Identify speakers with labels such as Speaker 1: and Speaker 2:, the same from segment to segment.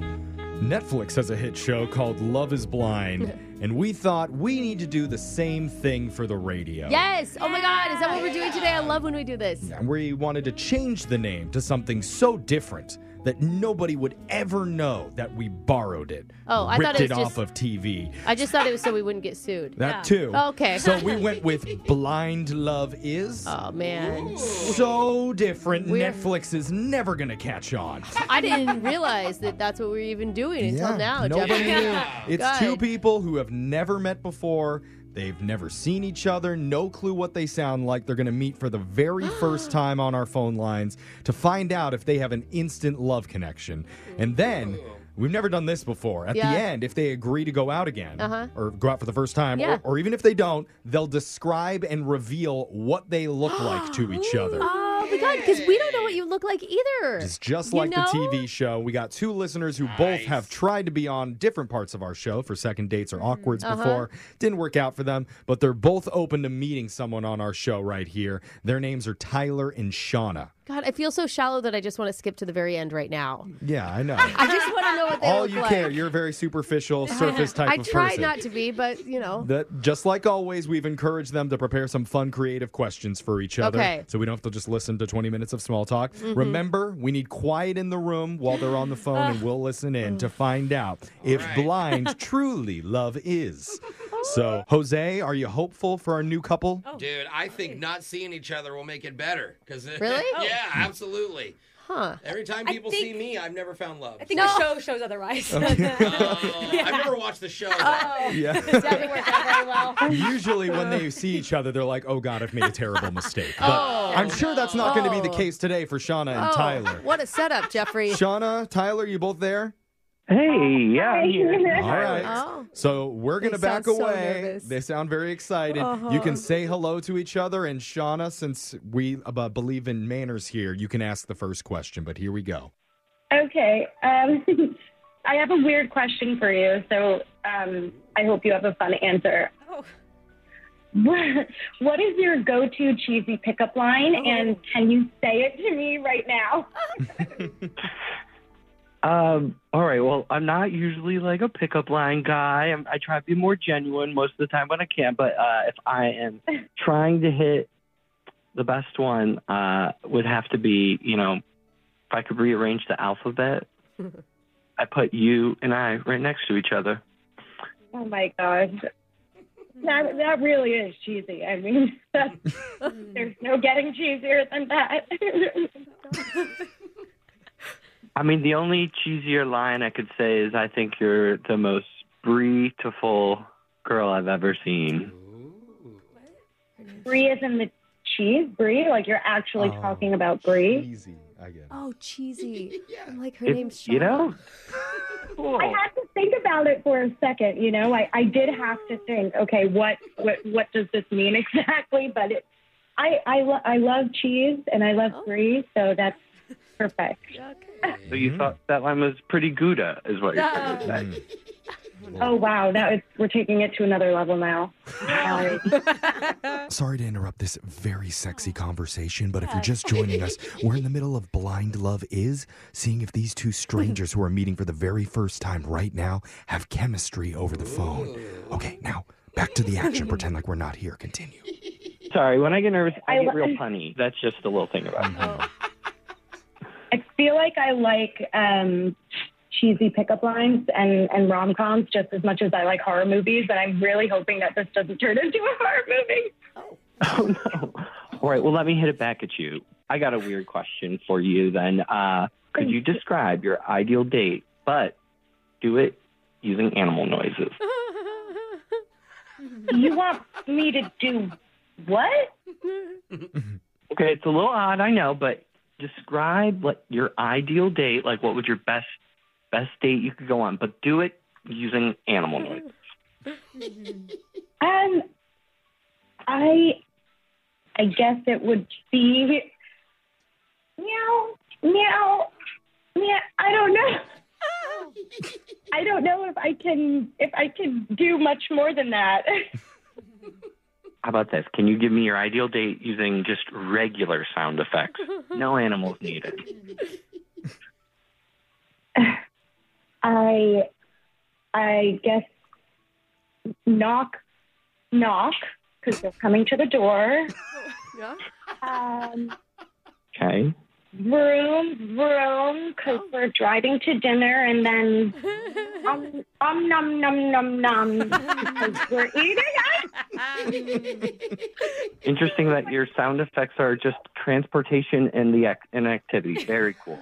Speaker 1: Netflix has a hit show called Love is Blind, and we thought we need to do the same thing for the radio.
Speaker 2: Yes. Oh my God. Is that what we're doing today? I love when we do this.
Speaker 1: And we wanted to change the name to something so different that nobody would ever know that we borrowed it.
Speaker 2: Oh, I
Speaker 1: ripped
Speaker 2: thought it
Speaker 1: it
Speaker 2: was
Speaker 1: off
Speaker 2: just-
Speaker 1: of TV.
Speaker 2: I just thought it was so we wouldn't get sued.
Speaker 1: That too.
Speaker 2: Okay.
Speaker 1: So we went with Blind Love Is.
Speaker 2: Oh man.
Speaker 1: so different.
Speaker 2: We're-
Speaker 1: Netflix is never going to catch on.
Speaker 2: I didn't realize that that's what we were even doing until now,
Speaker 1: Nobody
Speaker 2: Jeff.
Speaker 1: knew. It's
Speaker 2: God.
Speaker 1: two people who have never met before. They've never seen each other, no clue what they sound like. They're going to meet for the very first time on our phone lines to find out if they have an instant love connection. And then, we've never done this before. At
Speaker 2: Yeah.
Speaker 1: the end, if they agree to go out again
Speaker 2: Uh-huh.
Speaker 1: or go out for the first time,
Speaker 2: Yeah.
Speaker 1: or, or even if they don't, they'll describe and reveal what they look like to each other.
Speaker 2: Oh my God, because we don't know what you look like either.
Speaker 1: It's just
Speaker 2: You
Speaker 1: like
Speaker 2: know?
Speaker 1: the TV show. We got two listeners who both have tried to be on different parts of our show for second dates
Speaker 2: Mm-hmm.
Speaker 1: or awkwards
Speaker 2: Uh-huh.
Speaker 1: before. Didn't work out for them, but they're both open to meeting someone on our show right here. Their names are Tyler and Shauna.
Speaker 2: God, I feel so shallow that I just want to skip to the very end right now.
Speaker 1: Yeah, I know.
Speaker 2: I just want to know what they
Speaker 1: All
Speaker 2: look
Speaker 1: you
Speaker 2: like.
Speaker 1: care. You're a very superficial, surface type
Speaker 2: I
Speaker 1: of
Speaker 2: try
Speaker 1: person.
Speaker 2: not to be, but you know.
Speaker 1: That just like always, we've encouraged them to prepare some fun, creative questions for each other,
Speaker 2: Okay. Mm-hmm.
Speaker 1: so we don't have to just listen to 20 minutes of small talk. Remember, we need quiet in the room while they're on the phone, and
Speaker 2: Ah.
Speaker 1: we'll listen in
Speaker 2: Mm.
Speaker 1: to find out if blind truly love is. So, Jose, are you hopeful for our new couple?
Speaker 2: Oh.
Speaker 3: Oh,
Speaker 4: Dude, I think not seeing each other will make it better. Cause
Speaker 2: Really?
Speaker 4: yeah, absolutely.
Speaker 2: Huh.
Speaker 4: Every time
Speaker 3: Oh. I
Speaker 4: people see
Speaker 3: think-
Speaker 4: me, I've never found love.
Speaker 3: I think
Speaker 2: No.
Speaker 3: the show shows otherwise.
Speaker 4: Oh, I've never watched the show. though.
Speaker 3: Oh.
Speaker 1: Yeah.
Speaker 3: Doesn't work out very well.
Speaker 1: Usually, when they see each other, they're like, "Oh God, I've made a terrible mistake." But
Speaker 2: Oh.
Speaker 1: I'm sure that's not going to be the
Speaker 2: Oh.
Speaker 1: case today for Shauna and
Speaker 2: Oh,
Speaker 1: Tyler.
Speaker 2: What a setup, Jeffrey.
Speaker 1: Shauna, Tyler, you both there?
Speaker 5: Hey, yeah, I'm here.
Speaker 1: All right.
Speaker 2: Oh.
Speaker 1: So we're going to
Speaker 2: They
Speaker 1: back
Speaker 2: sound so
Speaker 1: away.
Speaker 2: nervous. Uh-huh.
Speaker 1: they sound very excited. You can say hello to each other. And Shauna, since we uh, believe in manners here, you can ask the first question. But here we go.
Speaker 6: Okay. Um, I have a weird question for you, so um, I hope you have a fun answer.
Speaker 3: Oh.
Speaker 6: What, what is your go-to cheesy pickup line, and can you say it to me right now?
Speaker 5: Um, all right. Well, I'm not usually like a pickup line guy. I'm, I try to be more genuine most of the time when I can. But uh, if I am trying to hit the best one, uh, would have to be, you know, if I could rearrange the alphabet, I put you and I right next to each other.
Speaker 6: Oh my gosh, that that really is cheesy. I mean, that's, there's no getting cheesier than that.
Speaker 5: I mean, the only cheesier line I could say is, "I think you're the most beautiful girl I've ever seen."
Speaker 6: brie is in the cheese brie, like you're actually
Speaker 1: Oh,
Speaker 6: talking about brie.
Speaker 1: Easy. I get it.
Speaker 2: Oh, cheesy. I'm like, her
Speaker 5: If-
Speaker 2: name's Shauna.
Speaker 5: you know. Cool.
Speaker 6: I had to think about it for a second. You know, I, I did have to think. Okay, what what what does this mean exactly? But it, I I, lo- I love cheese and I love brie, so that's perfect.
Speaker 5: So you thought that line was pretty gouda, is what you're saying.
Speaker 1: Hmm. Mm-hmm.
Speaker 6: Oh wow, that is we're taking it to another level now. Sorry.
Speaker 1: Sorry to interrupt this very sexy conversation, but if you're just joining us, we're in the middle of Blind Love Is, seeing if these two strangers who are meeting for the very first time right now have chemistry over the phone. Okay, now back to the action. Pretend like we're not here. Continue.
Speaker 5: Sorry, when I get nervous, I,
Speaker 6: I
Speaker 5: get
Speaker 6: li-
Speaker 5: real punny. That's just the little thing about it.
Speaker 6: I feel like I like um, cheesy pickup lines and and rom coms just as much as I like horror movies. And I'm really hoping that this doesn't turn into a horror movie.
Speaker 5: Oh, no. All right, well, let me hit it back at you. I got a weird question for you then. Uh, could you describe your ideal date, but do it using animal noises?
Speaker 6: You want me to do what?
Speaker 5: Okay, it's a little odd, I know, but describe like your ideal date, like what would your best best date you could go on, but do it using animal noises.
Speaker 6: Um, I, I guess it would be meow, meow, meow. I don't know. I don't know if I can if I can do much more than that.
Speaker 5: How about this? Can you give me your ideal date using just regular sound effects? No animals needed.
Speaker 6: I, I guess, knock, knock, because they're coming to the door.
Speaker 2: Yeah.
Speaker 6: Um,
Speaker 5: Okay.
Speaker 6: vroom, vroom, because we're driving to dinner, and then um, um, num, num, num, num, because we're eating.
Speaker 5: Interesting that your sound effects are just transportation and the ac- and activity. Very cool.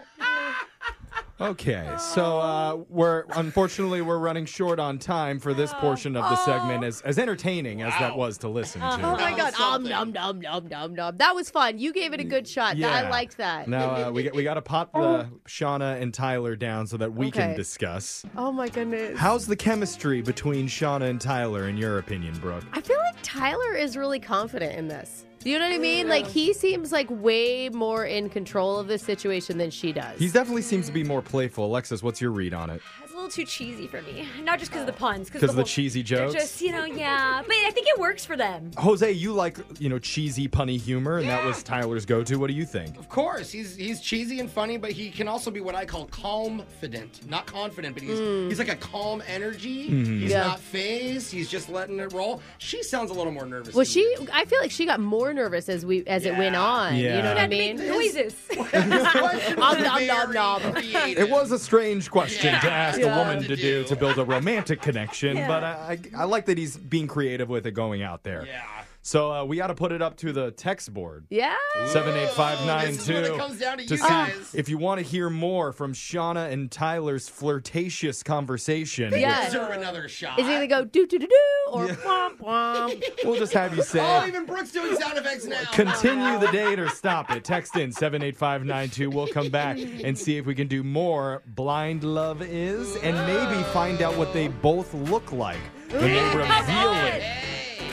Speaker 1: Okay, so uh, we're unfortunately we're running short on time for this portion of the segment, as as entertaining as that was to listen
Speaker 2: Oh
Speaker 1: to.
Speaker 2: my god! Um,
Speaker 4: Something.
Speaker 2: nom nom nom nom nom. That was fun. You gave it a good shot. Th-
Speaker 1: Yeah.
Speaker 2: I liked that.
Speaker 1: Now uh, we got- we got to pop the Shauna and Tyler down so that we can
Speaker 2: Oh. Okay.
Speaker 1: discuss.
Speaker 2: Oh my goodness.
Speaker 1: How's the chemistry between Shauna and Tyler, in your opinion, Brooke?
Speaker 2: I feel like Tyler is really confident in this. Do you know what I mean? Like he seems like way more in control of this situation than she does.
Speaker 1: He definitely seems to be more playful. Alexis, what's your read on it?
Speaker 3: It's a little too cheesy for me. Not just because of the puns,
Speaker 1: Because of the
Speaker 3: whole-
Speaker 1: cheesy
Speaker 3: they're
Speaker 1: jokes.
Speaker 3: Just you know, yeah. But I think it works for them.
Speaker 1: Jose, you like you know cheesy punny humor, and that was Tyler's go-to. What do you think?
Speaker 4: Of course, he's he's cheesy and funny, but he can also be what I call calm-fident. Not confident, but he's he's like a calm energy.
Speaker 1: Hmm.
Speaker 4: He's
Speaker 2: Hmm. Yeah.
Speaker 4: not phased. He's just letting it roll. She sounds a little more nervous.
Speaker 2: well,
Speaker 4: than
Speaker 2: she.
Speaker 4: you.
Speaker 2: I feel like she got more nervous as we as it went
Speaker 4: Yeah.
Speaker 2: on. You
Speaker 1: Yeah.
Speaker 2: know what I
Speaker 1: Had to
Speaker 2: mean?
Speaker 3: Noises.
Speaker 4: This question was
Speaker 2: Om nom nom
Speaker 4: very
Speaker 2: nom.
Speaker 4: creative.
Speaker 1: It was a strange question
Speaker 4: Yeah.
Speaker 1: to ask
Speaker 2: Yeah.
Speaker 1: a woman to do to build a romantic connection,
Speaker 3: Yeah.
Speaker 1: but I, I, I like that he's being creative with it going out there.
Speaker 4: Yeah.
Speaker 1: So uh, we got to put it up to the text board.
Speaker 2: Yeah.
Speaker 4: This is when it
Speaker 1: 78592
Speaker 4: comes down to
Speaker 1: to
Speaker 4: you guys.
Speaker 1: see if you want to hear more from Shauna and Tyler's flirtatious conversation.
Speaker 2: Yeah.
Speaker 4: Deserve another shot.
Speaker 2: Is it gonna go do do do do or womp womp?
Speaker 1: We'll just have you
Speaker 4: Oh,
Speaker 1: say
Speaker 4: even Brooke's doing sound effects now.
Speaker 1: continue the date or stop it. Text in 78592. We'll come back and see if we can do more Blind Love Is and maybe find out what they both look like when they reveal it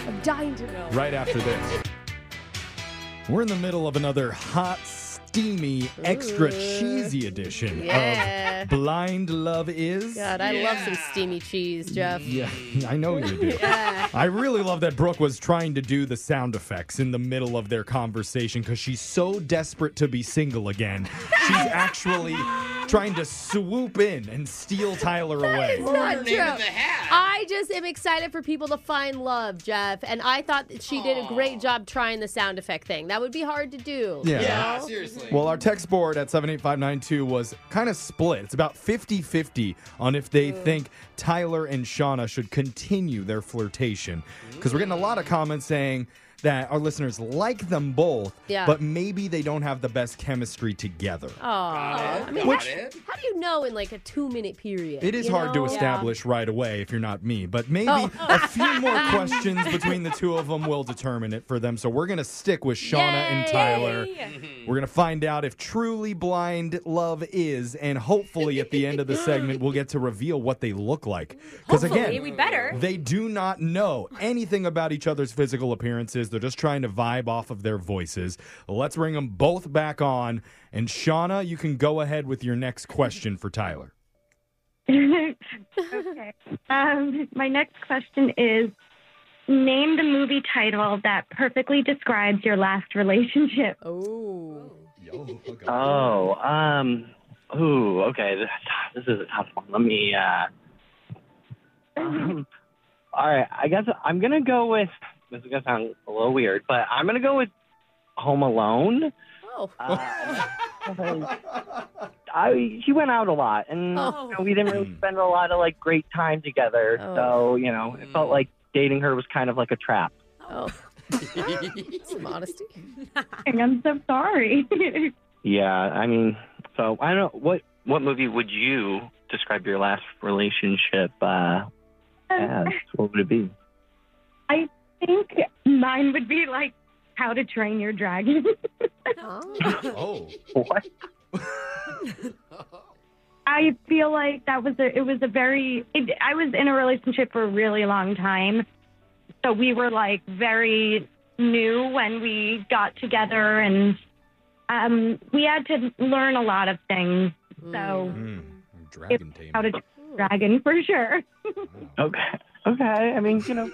Speaker 2: I'm dying to know.
Speaker 1: right after this. We're in the middle of another hot, steamy, extra cheesy edition
Speaker 2: Yeah.
Speaker 1: of Blind Love Is.
Speaker 2: God, I love some steamy cheese, Jeff.
Speaker 1: Yeah, I know you do. I really love that Brooke was trying to do the sound effects in the middle of their conversation because she's so desperate to be single again. She's actually trying to swoop in and steal Tyler away.
Speaker 2: It's not
Speaker 4: Her name in the
Speaker 2: true.
Speaker 4: hat.
Speaker 2: I just am excited for people to find love, Jeff. And I thought that she did a great job trying the sound effect thing. That would be hard to do.
Speaker 1: Yeah.
Speaker 4: yeah, seriously.
Speaker 1: Well, our text board at 78592 was kind of split. It's about 50 50 on if they think Tyler and Shauna should continue their flirtation. Because we're getting a lot of comments saying that our listeners like them both,
Speaker 2: Yeah.
Speaker 1: but maybe they don't have the best chemistry together.
Speaker 2: Aw.
Speaker 4: Got it,
Speaker 2: which-
Speaker 4: got it.
Speaker 2: How do you know in like a two minute period?
Speaker 1: It is
Speaker 2: you
Speaker 1: hard
Speaker 2: know?
Speaker 1: to establish right away if you're not me, but maybe
Speaker 2: Oh.
Speaker 1: a few more questions between the two of them will determine it for them. So we're going to stick with Shauna and
Speaker 2: Yay.
Speaker 1: Tyler. We're going to find out if truly blind love is, and hopefully at the end of the segment, we'll get to reveal what they look like. Because
Speaker 3: Hopefully,
Speaker 1: again,
Speaker 3: we better.
Speaker 1: they do not know anything about each other's physical appearances. They're just trying to vibe off of their voices. Let's bring them both back on. And Shauna, you can go ahead with your next question for Tyler.
Speaker 6: okay. Um, my next question is name the movie title that perfectly describes your last relationship.
Speaker 2: Oh.
Speaker 5: Oh, um, ooh, okay. This, this is a tough one. Let me. Uh, um, all right, I guess I'm gonna go with. This is gonna sound a little weird, but I'm gonna go with Home Alone.
Speaker 2: Oh.
Speaker 5: Uh, I she went out a lot, and
Speaker 2: Oh.
Speaker 5: you know, we didn't really spend a lot of like great time together.
Speaker 2: Oh.
Speaker 5: So you know, it felt like dating her was kind of like a trap.
Speaker 2: Oh. Some honesty.
Speaker 6: I'm so sorry.
Speaker 5: Yeah, I mean, so I don't know what what movie would you describe your last relationship uh, as? What would it be?
Speaker 6: I think mine would be like How to Train Your Dragon.
Speaker 2: Oh.
Speaker 1: Oh.
Speaker 5: What?
Speaker 6: I feel like that was a it was a very it, I was in a relationship for a really long time. So we were like very new when we got together and um we had to learn a lot of things. So
Speaker 1: Mm. Hmm, dragon tamer.
Speaker 6: how to train your dragon for sure.
Speaker 5: Okay. Okay. I mean, you know,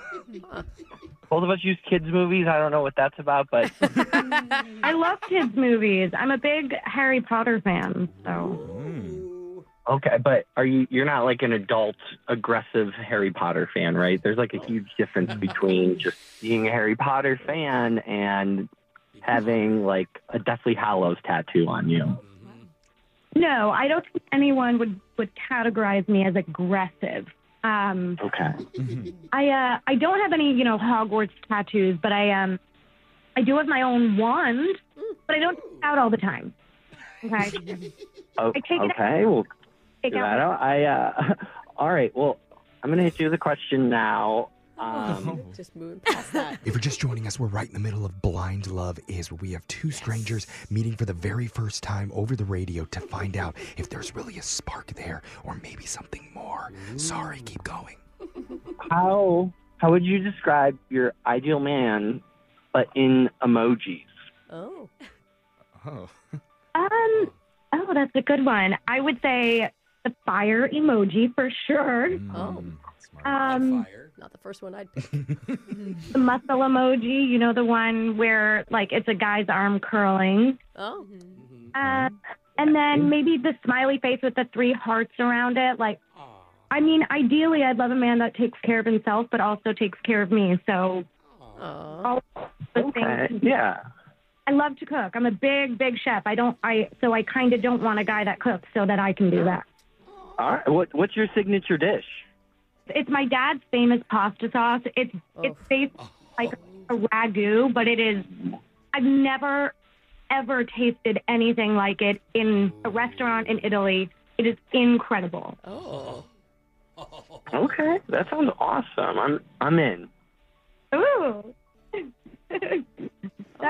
Speaker 5: both of us use kids movies. I don't know what that's about, but
Speaker 6: I love kids movies. I'm a big Harry Potter fan. So
Speaker 1: Mm.
Speaker 5: okay, but are you? You're not like an adult, aggressive Harry Potter fan, right? There's like a huge difference between just being a Harry Potter fan and having like a Deathly Hallows tattoo on you.
Speaker 6: No, I don't think anyone would, would categorize me as aggressive. Um,
Speaker 5: Okay.
Speaker 6: I uh, I don't have any, you know, Hogwarts tattoos, but I um I do have my own wand, but I don't take it out all the time. Okay.
Speaker 5: O-
Speaker 6: I take it
Speaker 5: okay. Well,
Speaker 6: Take it out.
Speaker 5: Colorado, I. Uh, all right. Well, I'm gonna hit you with a question now. Um,
Speaker 2: Just moving past that.
Speaker 7: If you're just joining us, we're right in the middle of Blind Love Is, where we have two strangers meeting for the very first time over the radio to find out if there's really a spark there or maybe something more. Sorry, keep going.
Speaker 5: how how would you describe your ideal man, but in emojis?
Speaker 2: Oh.
Speaker 7: Oh.
Speaker 6: Um oh, that's a good one. I would say the fire emoji for
Speaker 1: Mm-hmm.
Speaker 6: sure.
Speaker 1: Hmm,
Speaker 2: Uh,
Speaker 6: Um
Speaker 4: Fire.
Speaker 2: Not the first one I'd pick.
Speaker 6: the muscle emoji, you know the one where like it's a guy's arm curling.
Speaker 2: Oh.
Speaker 4: Mm-hmm.
Speaker 6: Uh, and then maybe the smiley face with the three hearts around it like
Speaker 4: Aw.
Speaker 6: I mean, ideally, I'd love a man that takes care of himself, but also takes care of me. So,
Speaker 2: Oh.
Speaker 6: all the
Speaker 5: Okay.
Speaker 6: things.
Speaker 5: Yeah.
Speaker 6: I love to cook. I'm a big, big chef. I don't, I, so I kind of don't want a guy that cooks so that I can do that.
Speaker 5: All right. What what's your signature dish?
Speaker 6: It's my dad's famous pasta sauce. It's, it's
Speaker 2: Oh.
Speaker 6: based like a ragu, but it is, I've never, ever tasted anything like it in a restaurant in Italy. It is incredible.
Speaker 2: Oh.
Speaker 5: Okay. That sounds awesome. I'm I'm in.
Speaker 6: Ooh. that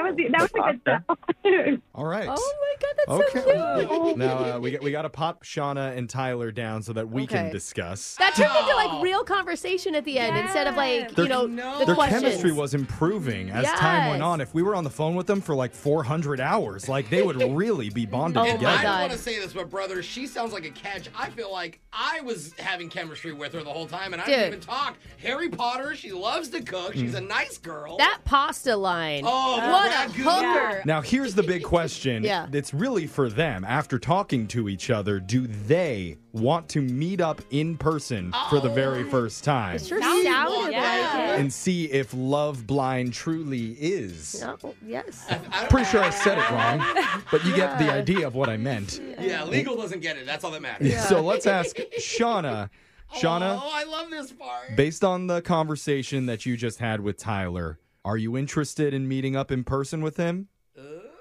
Speaker 6: was the, that was a good
Speaker 5: Pasta.
Speaker 6: sell.
Speaker 1: All right.
Speaker 2: Oh my god, that's so cute.
Speaker 1: Okay. now uh, we got we got to pop Shauna and Tyler down so that we can
Speaker 2: Okay.
Speaker 1: discuss.
Speaker 2: That turned into like real conversation at the end instead of like,
Speaker 1: Their-
Speaker 2: you know,
Speaker 4: No.
Speaker 2: the
Speaker 1: Their
Speaker 2: questions.
Speaker 1: chemistry was improving as time went
Speaker 2: Yes.
Speaker 1: on. If we were on the phone with them for like 400 hours, like they would really be bonded
Speaker 2: Oh my
Speaker 1: together.
Speaker 4: I don't
Speaker 2: God.
Speaker 4: want to say this, but brother, she sounds like a catch. I feel like I was having chemistry with her the whole time, and I didn't
Speaker 2: Dude.
Speaker 4: even talk. Harry Potter, she loves to cook. She's
Speaker 1: Mm.
Speaker 4: a nice girl.
Speaker 2: that pasta line.
Speaker 4: Oh, the
Speaker 2: what a
Speaker 4: ragu.
Speaker 2: hooker.
Speaker 1: Now here's the big question.
Speaker 2: Yeah.
Speaker 1: It's really for them. After talking to each other, do they want to meet up in person for the very first time
Speaker 2: Sure
Speaker 3: Sounds
Speaker 2: sounded
Speaker 3: yeah.
Speaker 2: like it.
Speaker 1: and see if love blind truly is?
Speaker 2: Oh, yes.
Speaker 4: I don't-
Speaker 1: Pretty sure I said it wrong, but you get the idea of what I meant.
Speaker 4: Yeah, legal doesn't get it. That's all that matters.
Speaker 1: So let's ask Shauna. Shauna,
Speaker 4: Oh, I love this part.
Speaker 1: based on the conversation that you just had with Tyler, are you interested in meeting up in person with him?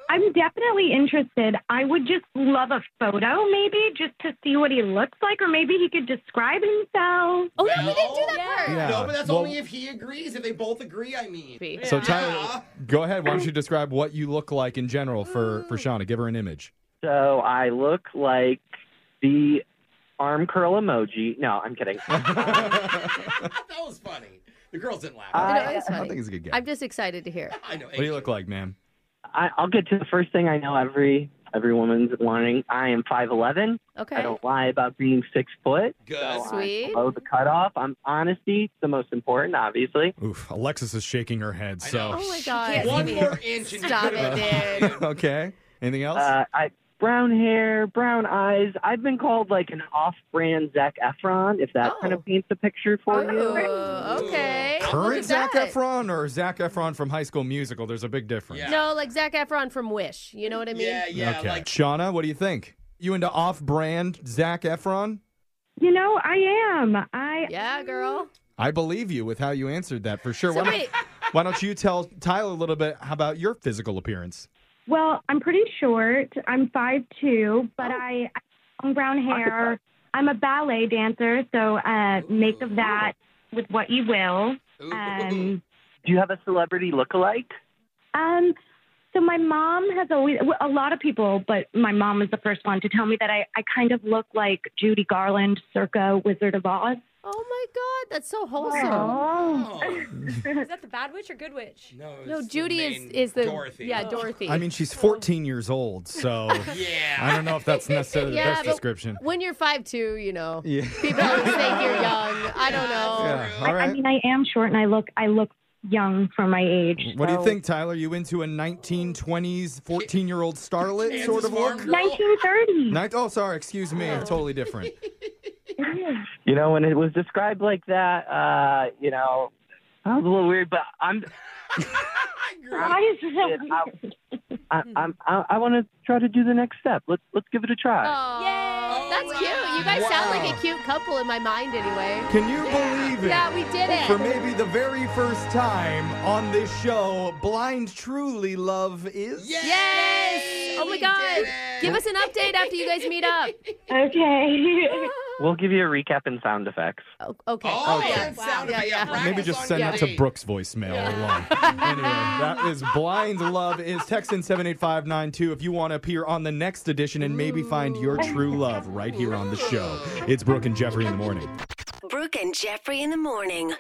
Speaker 6: I'm definitely interested. I would just love a photo, maybe, just to see what he looks like, or maybe he could describe himself.
Speaker 2: Oh, yeah, we didn't do that part.
Speaker 1: Yeah.
Speaker 4: No, but that's
Speaker 1: Well-
Speaker 4: only if he agrees. If they both agree, I mean.
Speaker 1: So Tyler,
Speaker 4: Yeah.
Speaker 1: go ahead. Why don't you describe what you look like in general for for Shauna? Give her an image.
Speaker 5: So I look like the arm curl emoji. No, I'm kidding.
Speaker 4: That was funny. The girls didn't laugh.
Speaker 5: Uh,
Speaker 2: No, it's
Speaker 1: I
Speaker 2: funny.
Speaker 1: think it's a good guy.
Speaker 2: I'm just excited to hear.
Speaker 4: I know.
Speaker 1: what do you look like, ma'am?
Speaker 5: I, I'll get to the first thing I know every every woman's wanting. I am five eleven. I
Speaker 2: Okay.
Speaker 5: don't lie about being six foot.
Speaker 4: Good.
Speaker 5: So
Speaker 2: Sweet.
Speaker 5: I'm below the cutoff. I'm honesty. It's the most important, obviously.
Speaker 1: Oof, Alexis is shaking her head.
Speaker 4: I
Speaker 1: So
Speaker 4: know.
Speaker 2: Oh my god.
Speaker 4: One more inch and
Speaker 2: Stop
Speaker 4: you could've-
Speaker 2: it,
Speaker 1: okay. Anything else?
Speaker 5: Uh, I brown hair, brown eyes. I've been called like an off-brand Zac Efron. If that
Speaker 2: Oh.
Speaker 5: kind of paints a picture for you.
Speaker 2: Oh, okay. Look
Speaker 1: Current
Speaker 2: at
Speaker 1: Zac
Speaker 2: that.
Speaker 1: Efron or Zac Efron from High School Musical? There's a big difference.
Speaker 4: Yeah.
Speaker 2: No, like Zach Efron from Wish. You know what I mean?
Speaker 4: Yeah, yeah.
Speaker 1: okay.
Speaker 4: Like,
Speaker 1: Shauna, what do you think? You into off-brand Zac Efron?
Speaker 6: You know, I am. I
Speaker 2: Yeah, girl.
Speaker 1: I believe you with how you answered that for sure.
Speaker 2: So
Speaker 1: why,
Speaker 2: wait.
Speaker 1: Don't, why don't you tell Tyler a little bit about your physical appearance?
Speaker 6: well, I'm pretty short. I'm five two, but
Speaker 2: Oh.
Speaker 6: I, I have long brown hair. I'm a ballet dancer, so uh, make of that with what you will.
Speaker 4: ooh.
Speaker 6: Um,
Speaker 5: Do you have a celebrity look-alike?
Speaker 6: Um, so my mom has always, well, a lot of people, but my mom was the first one to tell me that I, I kind of look like Judy Garland circa Wizard of Oz.
Speaker 2: Oh my god, that's so wholesome.
Speaker 4: Oh.
Speaker 3: Is that the bad witch or good witch?
Speaker 4: No,
Speaker 2: No,
Speaker 4: it's the
Speaker 2: Judy
Speaker 4: main
Speaker 2: is is the
Speaker 4: Dorothy.
Speaker 2: yeah Dorothy.
Speaker 1: I mean, she's 14 years old, so I
Speaker 4: Yeah.
Speaker 1: don't know if that's necessarily the
Speaker 2: Yeah,
Speaker 1: best
Speaker 2: but-
Speaker 1: description.
Speaker 2: when you're five two, you know,
Speaker 1: Yeah.
Speaker 2: people always think you're young. I don't know.
Speaker 1: Yeah. All
Speaker 6: I, I
Speaker 1: right.
Speaker 6: mean, I am short and I look, I look young for my age.
Speaker 1: What do you
Speaker 6: so-
Speaker 1: think, Tyler? You into a 1920s 14 year old starlet
Speaker 4: Kansas
Speaker 1: sort of
Speaker 4: farm
Speaker 1: look?
Speaker 4: girl.
Speaker 6: 1930.
Speaker 1: Nin- oh, sorry, excuse me. Totally different.
Speaker 5: You know, when it was described like that, uh, you know, sounds a little weird, but I'm
Speaker 6: Why is it so
Speaker 5: I- I, I'm I, I want to try to do the next step. Let's let's give it a try.
Speaker 2: Aw,
Speaker 3: Yay.
Speaker 2: That's cute. You guys sound like a cute couple in my mind, anyway.
Speaker 1: Can you believe it?
Speaker 2: Yeah, we did it.
Speaker 1: For maybe the very first time on this show, Blind Truly Love is.
Speaker 4: Yay!
Speaker 2: Yes! Oh my
Speaker 4: We
Speaker 2: God!
Speaker 4: did it!
Speaker 2: Give us an update after you guys meet up.
Speaker 6: okay.
Speaker 5: We'll give you a recap and sound effects.
Speaker 2: O- okay.
Speaker 4: Oh,
Speaker 2: yeah.
Speaker 4: and sound
Speaker 2: Yeah,
Speaker 4: effect.
Speaker 2: yeah.
Speaker 4: Practice
Speaker 1: Maybe just
Speaker 4: on
Speaker 1: send that
Speaker 4: your
Speaker 1: to
Speaker 4: date.
Speaker 1: Brooks voicemail alone. anyway, that is Blind Love is text in 78592 if you want to appear on the next edition and maybe find your true love right here on the show. It's Brooke and Jeffrey in the morning.
Speaker 8: Brooke and Jeffrey in the morning.